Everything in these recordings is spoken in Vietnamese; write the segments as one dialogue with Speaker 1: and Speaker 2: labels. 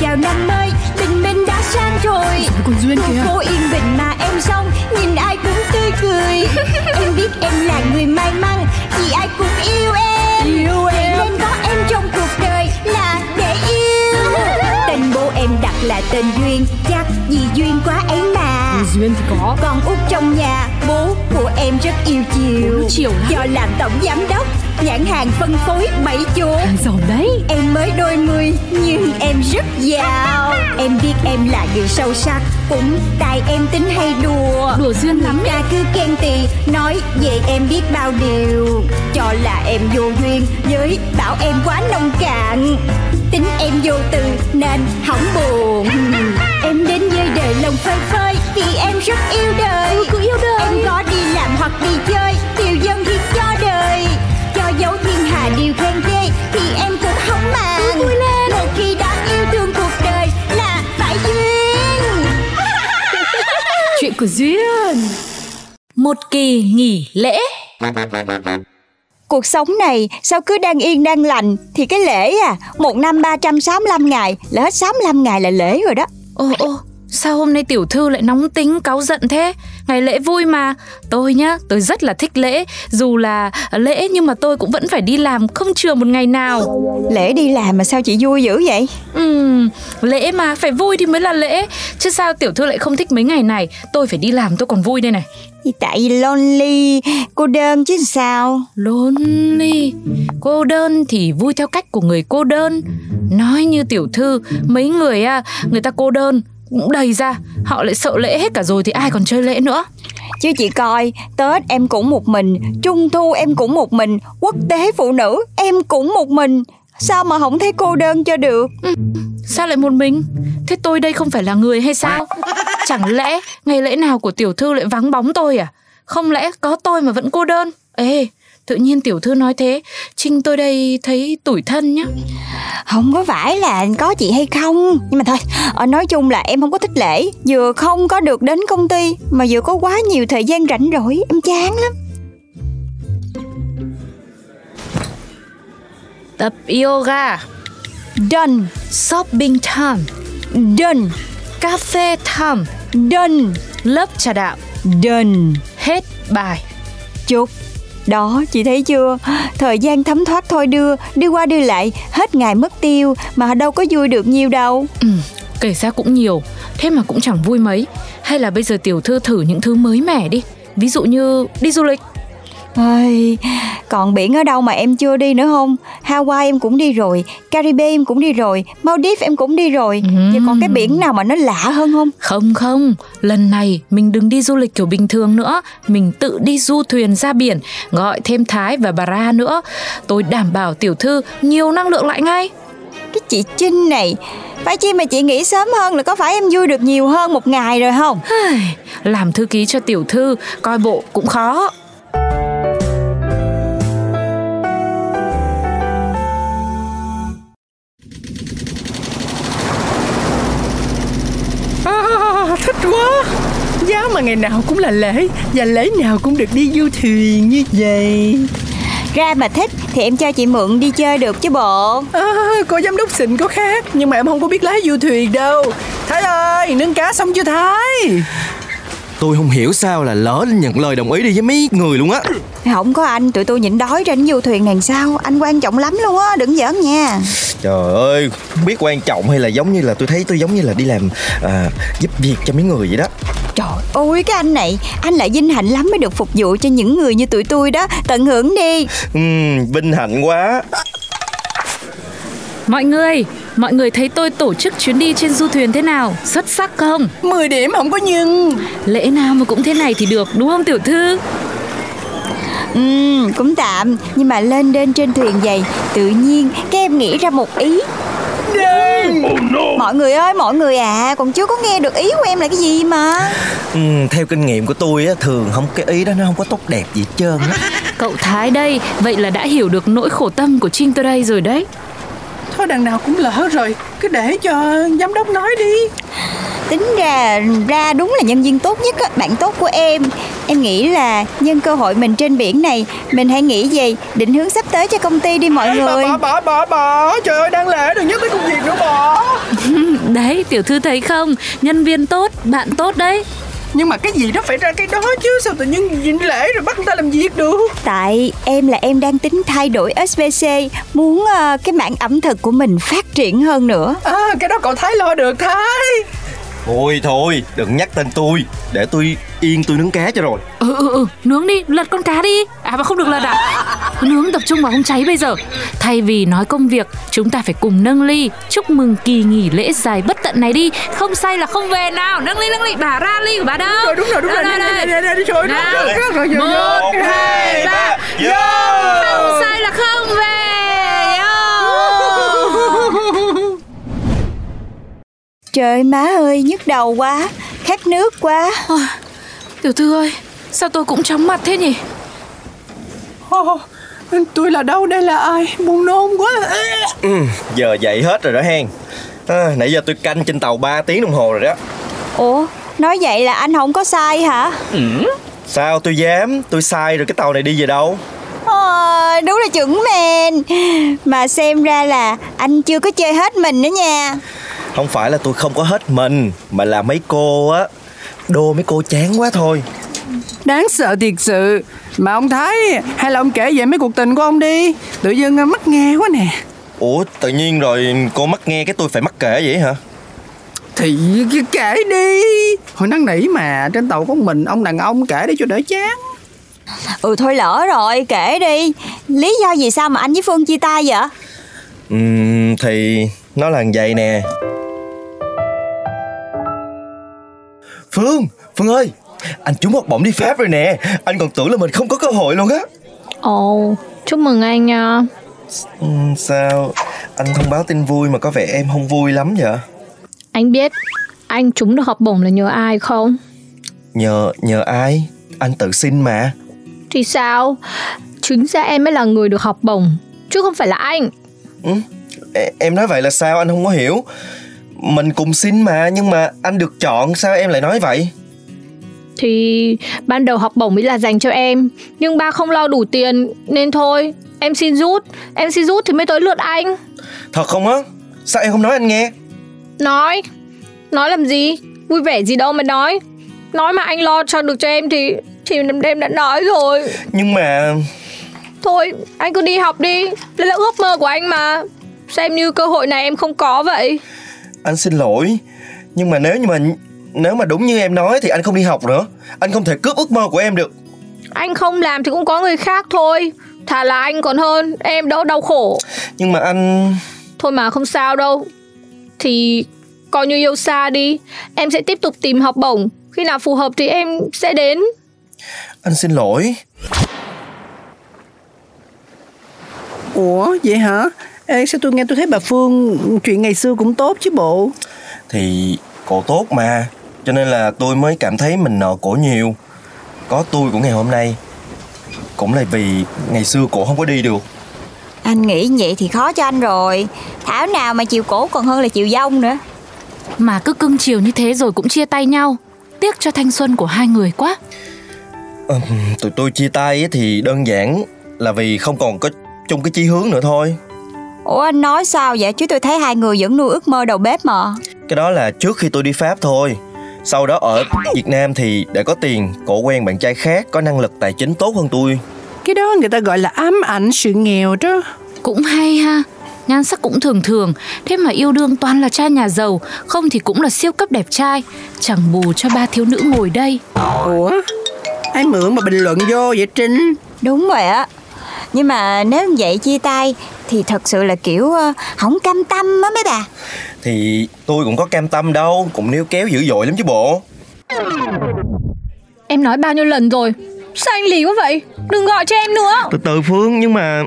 Speaker 1: chào năm mới tình mình đã sang rồi
Speaker 2: Trời, còn duyên à?
Speaker 1: Cô-
Speaker 2: kìa.
Speaker 1: cô yên bình mà em xong nhìn ai cũng tươi cười em biết em là người may mắn vì ai cũng yêu em
Speaker 2: Yêu
Speaker 1: Vậy
Speaker 2: em.
Speaker 1: nên có em trong cuộc đời là để yêu tên bố em đặt là tên duyên chắc vì duyên quá ấy mà
Speaker 2: Thì duyên thì có
Speaker 1: con út trong nhà bố của em rất yêu chiều
Speaker 2: Bố chiều lắm.
Speaker 1: do làm tổng giám đốc nhãn hàng phân phối bảy chỗ
Speaker 2: Hàng giàu đấy
Speaker 1: Em mới đôi mươi nhưng em rất giàu Em biết em là người sâu sắc Cũng tại em tính hay đùa
Speaker 2: Đùa duyên lắm
Speaker 1: Người ta cứ khen tì Nói về em biết bao điều Cho là em vô duyên Với bảo em quá nông cạn Tính em vô từ nên hỏng buồn Em đến với đời lòng phơi phới Vì em rất yêu đời
Speaker 2: Ừ, cứ yêu đời.
Speaker 1: Em có đi làm hoặc đi chơi Điều dân hiến cho đời Cho dấu thiên hà điều khen ghê Thì em cũng không màng
Speaker 2: vui lên.
Speaker 1: Một khi đã yêu thương cuộc đời Là phải duyên
Speaker 2: Chuyện của duyên Một kỳ nghỉ lễ
Speaker 1: Cuộc sống này sao cứ đang yên đang lành Thì cái lễ à Một năm 365 ngày Là hết 65 ngày là lễ rồi đó
Speaker 3: Ô ô, sao hôm nay tiểu thư lại nóng tính cáu giận thế? Ngày lễ vui mà. Tôi nhá, tôi rất là thích lễ, dù là lễ nhưng mà tôi cũng vẫn phải đi làm không chừa một ngày nào.
Speaker 1: Lễ đi làm mà sao chị vui dữ vậy
Speaker 3: Ừm, lễ mà phải vui thì mới là lễ, chứ sao tiểu thư lại không thích mấy ngày này? Tôi phải đi làm tôi còn vui đây này.
Speaker 1: Thì tại vì lonely Cô đơn chứ sao
Speaker 3: Lonely, cô đơn thì vui theo cách của người cô đơn. Nói như tiểu thư, mấy người à, người ta cô đơn cũng đầy ra, họ lại sợ lễ hết cả rồi thì ai còn chơi lễ nữa.
Speaker 1: Chứ chị coi Tết em cũng một mình Trung thu em cũng một mình Quốc tế phụ nữ em cũng một mình Sao mà không thấy cô đơn cho được
Speaker 3: Sao lại một mình? Thế tôi đây không phải là người hay sao? Chẳng lẽ ngày lễ nào của tiểu thư lại vắng bóng tôi à? Không lẽ có tôi mà vẫn cô đơn? Ê, tự nhiên tiểu thư nói thế, Trinh tôi đây thấy tủi thân nhá.
Speaker 1: Không có phải là có chị hay không Nhưng mà thôi ờ, Nói chung là em không có thích lễ Vừa không có được đến công ty Mà vừa có quá nhiều thời gian rảnh rỗi Em chán lắm
Speaker 3: Tập yoga,
Speaker 1: Done
Speaker 3: shopping time,
Speaker 1: Done
Speaker 3: cà phê time,
Speaker 1: Done
Speaker 3: lớp trà đạo,
Speaker 1: Done
Speaker 3: hết bài.
Speaker 1: Chúc đó chị thấy chưa Thời gian thấm thoát thôi đưa Đi qua đi lại Hết ngày mất tiêu Mà đâu có vui được nhiều đâu
Speaker 3: Ừ, kể ra cũng nhiều, thế mà cũng chẳng vui mấy. Hay là bây giờ tiểu thư thử những thứ mới mẻ đi. Ví dụ như đi du lịch.
Speaker 1: Ôi, còn biển ở đâu mà em chưa đi nữa không? Hawaii em cũng đi rồi, Caribe em cũng đi rồi, Maldives em cũng đi rồi. Vậy còn cái biển nào mà nó lạ hơn không?
Speaker 3: Không không, lần này mình đừng đi du lịch kiểu bình thường nữa, mình tự đi du thuyền ra biển, gọi thêm Thái và bà Ra nữa. Tôi đảm bảo tiểu thư nhiều năng lượng lại ngay.
Speaker 1: Cái chị Trinh này, phải chi mà chị nghĩ sớm hơn là có phải em vui được nhiều hơn một ngày rồi không?
Speaker 3: Ai, Làm thư ký cho tiểu thư, coi bộ cũng khó.
Speaker 2: à, Thích quá Giá mà ngày nào cũng là lễ Và lễ nào cũng được đi du thuyền như vậy
Speaker 1: Ra mà thích thì em cho chị mượn đi chơi được chứ bộ.
Speaker 2: à, Cô giám đốc xịn có khác Nhưng mà em không có biết lái du thuyền đâu Thái ơi nướng cá xong chưa Thái
Speaker 4: Tôi không hiểu sao là lỡ nhận lời đồng ý đi với mấy người luôn á
Speaker 1: Không có anh, tụi tôi nhịn đói trên du thuyền này sao? Anh quan trọng lắm luôn á, đừng giỡn nha.
Speaker 4: Trời ơi, không biết quan trọng hay là giống như là tôi thấy tôi giống như là đi làm à, giúp việc cho mấy người vậy đó
Speaker 1: Trời ơi cái anh này Anh lại vinh hạnh lắm mới được phục vụ cho những người như tụi tôi đó Tận hưởng đi
Speaker 4: Ừm, vinh hạnh quá
Speaker 3: Mọi người, mọi người thấy tôi tổ chức chuyến đi trên du thuyền thế nào? Xuất sắc không?
Speaker 2: 10 điểm không có nhưng
Speaker 3: Lễ nào mà cũng thế này thì được đúng không tiểu thư?
Speaker 1: Ừm, cũng tạm Nhưng mà lên lên trên thuyền vậy Tự nhiên các em nghĩ ra một ý Mọi người ơi mọi người à Còn chưa có nghe được ý của em là cái gì mà
Speaker 4: Ừm, Theo kinh nghiệm của tôi á, thường không cái ý đó nó không có tốt đẹp gì hết trơn á
Speaker 3: Cậu Thái đây, vậy là đã hiểu được nỗi khổ tâm của Trinh tôi đây rồi đấy.
Speaker 2: Thôi đằng nào cũng lỡ rồi Cứ để cho giám đốc nói đi
Speaker 1: Tính ra ra đúng là nhân viên tốt nhất á, Bạn tốt của em Em nghĩ là nhân cơ hội mình trên biển này Mình hãy nghĩ về định hướng sắp tới cho công ty đi mọi người
Speaker 2: Bỏ bỏ bỏ bỏ Trời ơi đáng lẽ đừng nhắc tới công việc nữa bỏ
Speaker 5: Đấy, tiểu thư thấy không? Nhân viên tốt, bạn tốt đấy.
Speaker 2: Nhưng mà cái gì nó phải ra cái đó chứ Sao tự nhiên nhìn lễ rồi bắt người ta làm việc được
Speaker 1: Tại em là em đang tính thay đổi SVC Muốn ờ, cái mảng ẩm thực của mình phát triển hơn nữa
Speaker 2: À cái đó cậu Thái lo được Thái
Speaker 4: Thôi thôi đừng nhắc tên tôi Để tôi yên tôi nướng cá cho rồi
Speaker 5: Ừ, ừ, ừ, nướng đi, lật con cá đi. À mà không được lật à? Cứ Nướng tập trung vào không cháy bây giờ. Thay vì nói công việc, chúng ta phải cùng nâng ly. Chúc mừng kỳ nghỉ lễ dài bất tận này đi. Không say là không về nào. Nâng ly, nâng ly, bà ra ly của bà đâu.
Speaker 2: Rồi đúng rồi đúng rồi
Speaker 5: Đây,
Speaker 2: Đi,
Speaker 5: đây,
Speaker 2: đi,
Speaker 5: đây.
Speaker 2: đi, đi, đi, Trời ơi đúng
Speaker 5: Nào.
Speaker 2: rồi, đúng rồi, rồi, rồi, rồi.
Speaker 5: Một, hai, ba. Không
Speaker 4: Yo
Speaker 5: say là không về.
Speaker 1: Trời má ơi nhức đầu quá Khát nước quá
Speaker 3: Tiểu thư ơi, sao tôi cũng chóng mặt thế nhỉ?
Speaker 2: Ô, Tôi là đâu đây là ai Buồn nôn quá
Speaker 4: ừ, Giờ dậy hết rồi đó hen à, Nãy giờ tôi canh trên tàu 3 tiếng đồng hồ rồi đó
Speaker 1: Ủa nói vậy là anh không có sai hả
Speaker 4: Sao tôi dám Tôi sai rồi cái tàu này đi về đâu
Speaker 1: Ờ, đúng là chuẩn men Mà xem ra là anh chưa có chơi hết mình nữa nha
Speaker 4: Không phải là tôi không có hết mình Mà là mấy cô á Đô mấy cô chán quá thôi
Speaker 2: Đáng sợ thiệt sự Mà ông Thái hay là ông kể về mấy cuộc tình của ông đi Tự dưng mắc nghe quá nè
Speaker 4: Ủa tự nhiên rồi cô mắc nghe cái tôi phải mắc kể vậy hả
Speaker 2: Thì cứ kể đi Hồi năn nỉ mà trên tàu có mình Ông đàn ông kể đi cho đỡ chán
Speaker 1: Ừ thôi lỡ rồi kể đi Lý do gì sao mà anh với Phương chia tay vậy
Speaker 4: Ừm, thì nó là như vậy nè Phương, Phương ơi Anh trúng học bổng đi Pháp rồi nè Anh còn tưởng là mình không có cơ hội luôn á
Speaker 6: Ồ, chúc mừng anh à. nha.
Speaker 4: Ừm, Sao anh thông báo tin vui mà có vẻ em không vui lắm vậy
Speaker 6: Anh biết anh trúng được học bổng là nhờ ai không?
Speaker 4: Nhờ, nhờ ai Anh tự xin mà
Speaker 6: Thì sao? Chính ra em mới là người được học bổng, chứ không phải là anh.
Speaker 4: ừ? e- Em nói vậy là sao anh không có hiểu Mình cùng xin mà Nhưng mà anh được chọn sao em lại nói vậy
Speaker 6: Thì ban đầu học bổng ấy là dành cho em, nhưng ba không lo đủ tiền nên thôi, em xin rút. Em xin rút thì mới tới lượt anh.
Speaker 4: Thật không á Sao em không nói anh nghe
Speaker 6: Nói. Nói làm gì? Vui vẻ gì đâu mà nói. Nói mà anh lo cho được cho em thì thì em đã nói rồi.
Speaker 4: Nhưng mà
Speaker 6: Thôi, anh cứ đi học đi, đây là ước mơ của anh mà. Xem như cơ hội này em không có vậy.
Speaker 4: anh xin lỗi nhưng mà nếu như mà nếu mà đúng như em nói thì anh không đi học nữa anh không thể cướp ước mơ của em được
Speaker 6: Anh không làm thì cũng có người khác thôi. Thà là anh còn hơn, em đỡ đau khổ.
Speaker 4: nhưng mà anh
Speaker 6: Thôi mà không sao đâu. Thì coi như yêu xa đi, em sẽ tiếp tục tìm học bổng. Khi nào phù hợp thì em sẽ đến.
Speaker 4: anh xin lỗi
Speaker 2: Ủa vậy hả Ê sao tôi nghe tôi thấy bà Phương Chuyện ngày xưa cũng tốt chứ bộ
Speaker 4: thì cổ tốt mà cho nên là tôi mới cảm thấy mình nợ cổ nhiều có tôi của ngày hôm nay cũng là vì ngày xưa cổ không có đi được
Speaker 1: Anh nghĩ vậy thì khó cho anh rồi Thảo nào mà chiều cổ còn hơn là chiều dông nữa
Speaker 3: Mà cứ cưng chiều như thế rồi cũng chia tay nhau. Tiếc cho thanh xuân của hai người quá.
Speaker 4: Ừm, tụi tôi chia tay ấy thì đơn giản là vì không còn có chung cái chí hướng nữa thôi
Speaker 1: Ủa anh nói sao vậy chứ tôi thấy hai người vẫn nuôi ước mơ đầu bếp mà
Speaker 4: cái đó là trước khi tôi đi pháp thôi sau đó ở việt nam thì để có tiền cổ quen bạn trai khác có năng lực tài chính tốt hơn tôi
Speaker 2: Cái đó người ta gọi là ám ảnh sự nghèo đó
Speaker 3: Cũng hay ha. Nhan sắc cũng thường thường, thế mà yêu đương toàn là trai nhà giàu, không thì cũng là siêu cấp đẹp trai, chẳng bù cho ba thiếu nữ ngồi đây.
Speaker 2: Ủa Ai mượn mà bình luận vô vậy Trinh
Speaker 1: Đúng rồi á Nhưng mà nếu như vậy chia tay Thì thật sự là kiểu ờ, không cam tâm á mấy bà
Speaker 4: Thì tôi cũng có cam tâm đâu Cũng níu kéo dữ dội lắm chứ bộ
Speaker 6: Em nói bao nhiêu lần rồi? Sao anh lý quá vậy? Đừng gọi cho em nữa.
Speaker 4: Từ từ Phương nhưng mà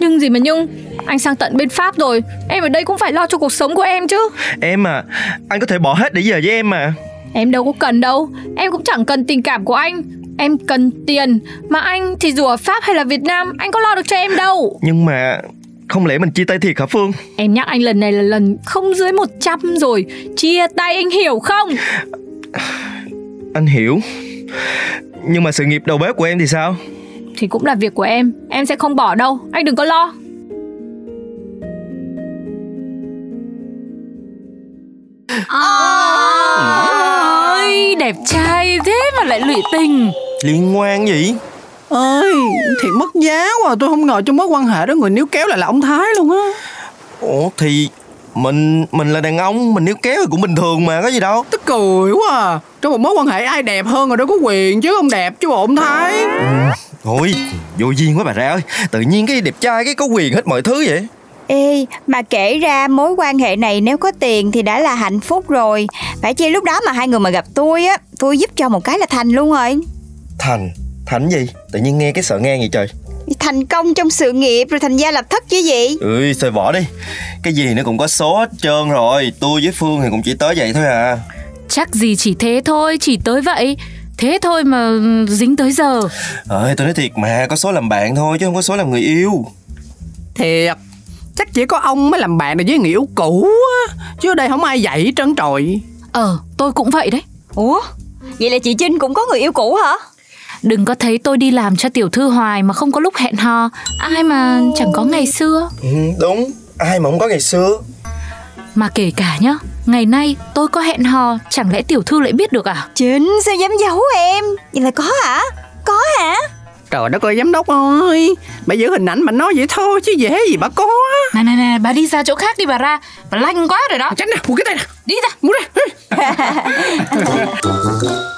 Speaker 6: Nhưng gì mà nhưng, anh sang tận bên Pháp rồi, em ở đây cũng phải lo cho cuộc sống của em chứ.
Speaker 4: Em à Anh có thể bỏ hết để về với em mà
Speaker 6: Em đâu có cần đâu, em cũng chẳng cần tình cảm của anh. Em cần tiền, mà anh thì dù ở Pháp hay là Việt Nam, anh có lo được cho em đâu.
Speaker 4: Nhưng mà Không lẽ mình chia tay thiệt hả Phương
Speaker 6: Em nhắc anh lần này là lần không dưới 100 rồi, chia tay anh hiểu không?
Speaker 4: Anh hiểu Nhưng mà sự nghiệp đầu bếp của em thì sao?
Speaker 6: Thì cũng là việc của em Em sẽ không bỏ đâu Anh đừng có lo
Speaker 3: Ôi, đẹp trai thế mà lại lụy tình
Speaker 4: Liên quan gì?
Speaker 2: ơi thiệt mất giá quá à. tôi không ngờ trong mối quan hệ đó người níu kéo lại là ông thái luôn á
Speaker 4: Ủa thì mình mình là đàn ông mình nếu kéo thì cũng bình thường mà có gì đâu
Speaker 2: tức cười quá à trong một mối quan hệ ai đẹp hơn rồi đó có quyền chứ không đẹp chứ bộ ông thái
Speaker 4: Ôi vô duyên quá bà ra ơi Tự nhiên cái đẹp trai cái có quyền hết mọi thứ vậy
Speaker 1: Ê, mà kể ra mối quan hệ này nếu có tiền thì đã là hạnh phúc rồi Phải chi lúc đó mà hai người mà gặp tôi á Tôi giúp cho một cái là thành luôn rồi
Speaker 4: Thành Thành gì? Tự nhiên nghe cái sợ ngang vậy trời
Speaker 1: Thành công trong sự nghiệp rồi thành gia lập thất chứ gì
Speaker 4: Ui thôi bỏ đi Cái gì nó cũng có số hết trơn rồi Tôi với Phương thì cũng chỉ tới vậy thôi à
Speaker 3: Chắc gì chỉ thế thôi, chỉ tới vậy Thế thôi mà dính tới giờ
Speaker 4: Ơi tôi nói thiệt mà Có số làm bạn thôi chứ không có số làm người yêu
Speaker 2: thiệt chắc chỉ có ông mới làm bạn được với người yêu cũ á chứ ở đây không ai vậy hết trơn trọi
Speaker 3: Ờ, tôi cũng vậy đấy
Speaker 1: Ủa, vậy là chị Trinh cũng có người yêu cũ hả?
Speaker 3: Đừng có thấy tôi đi làm cho tiểu thư hoài mà không có lúc hẹn hò Ai mà chẳng có ngày xưa
Speaker 4: ừ, Đúng Ai mà không có ngày xưa
Speaker 3: Mà kể cả nhá, ngày nay tôi có hẹn hò Chẳng lẽ tiểu thư lại biết được à
Speaker 1: Trinh, sao dám giấu em? Vậy là có hả? Có hả?
Speaker 2: trời đất ơi giám đốc ơi bà giữ hình ảnh mà nói vậy thôi chứ dễ gì bà có á.
Speaker 3: Này này này, bà đi ra chỗ khác đi bà ra Bà lanh quá rồi đó
Speaker 2: tránh nè một cái tay nè
Speaker 3: Đi ra
Speaker 2: muốn ra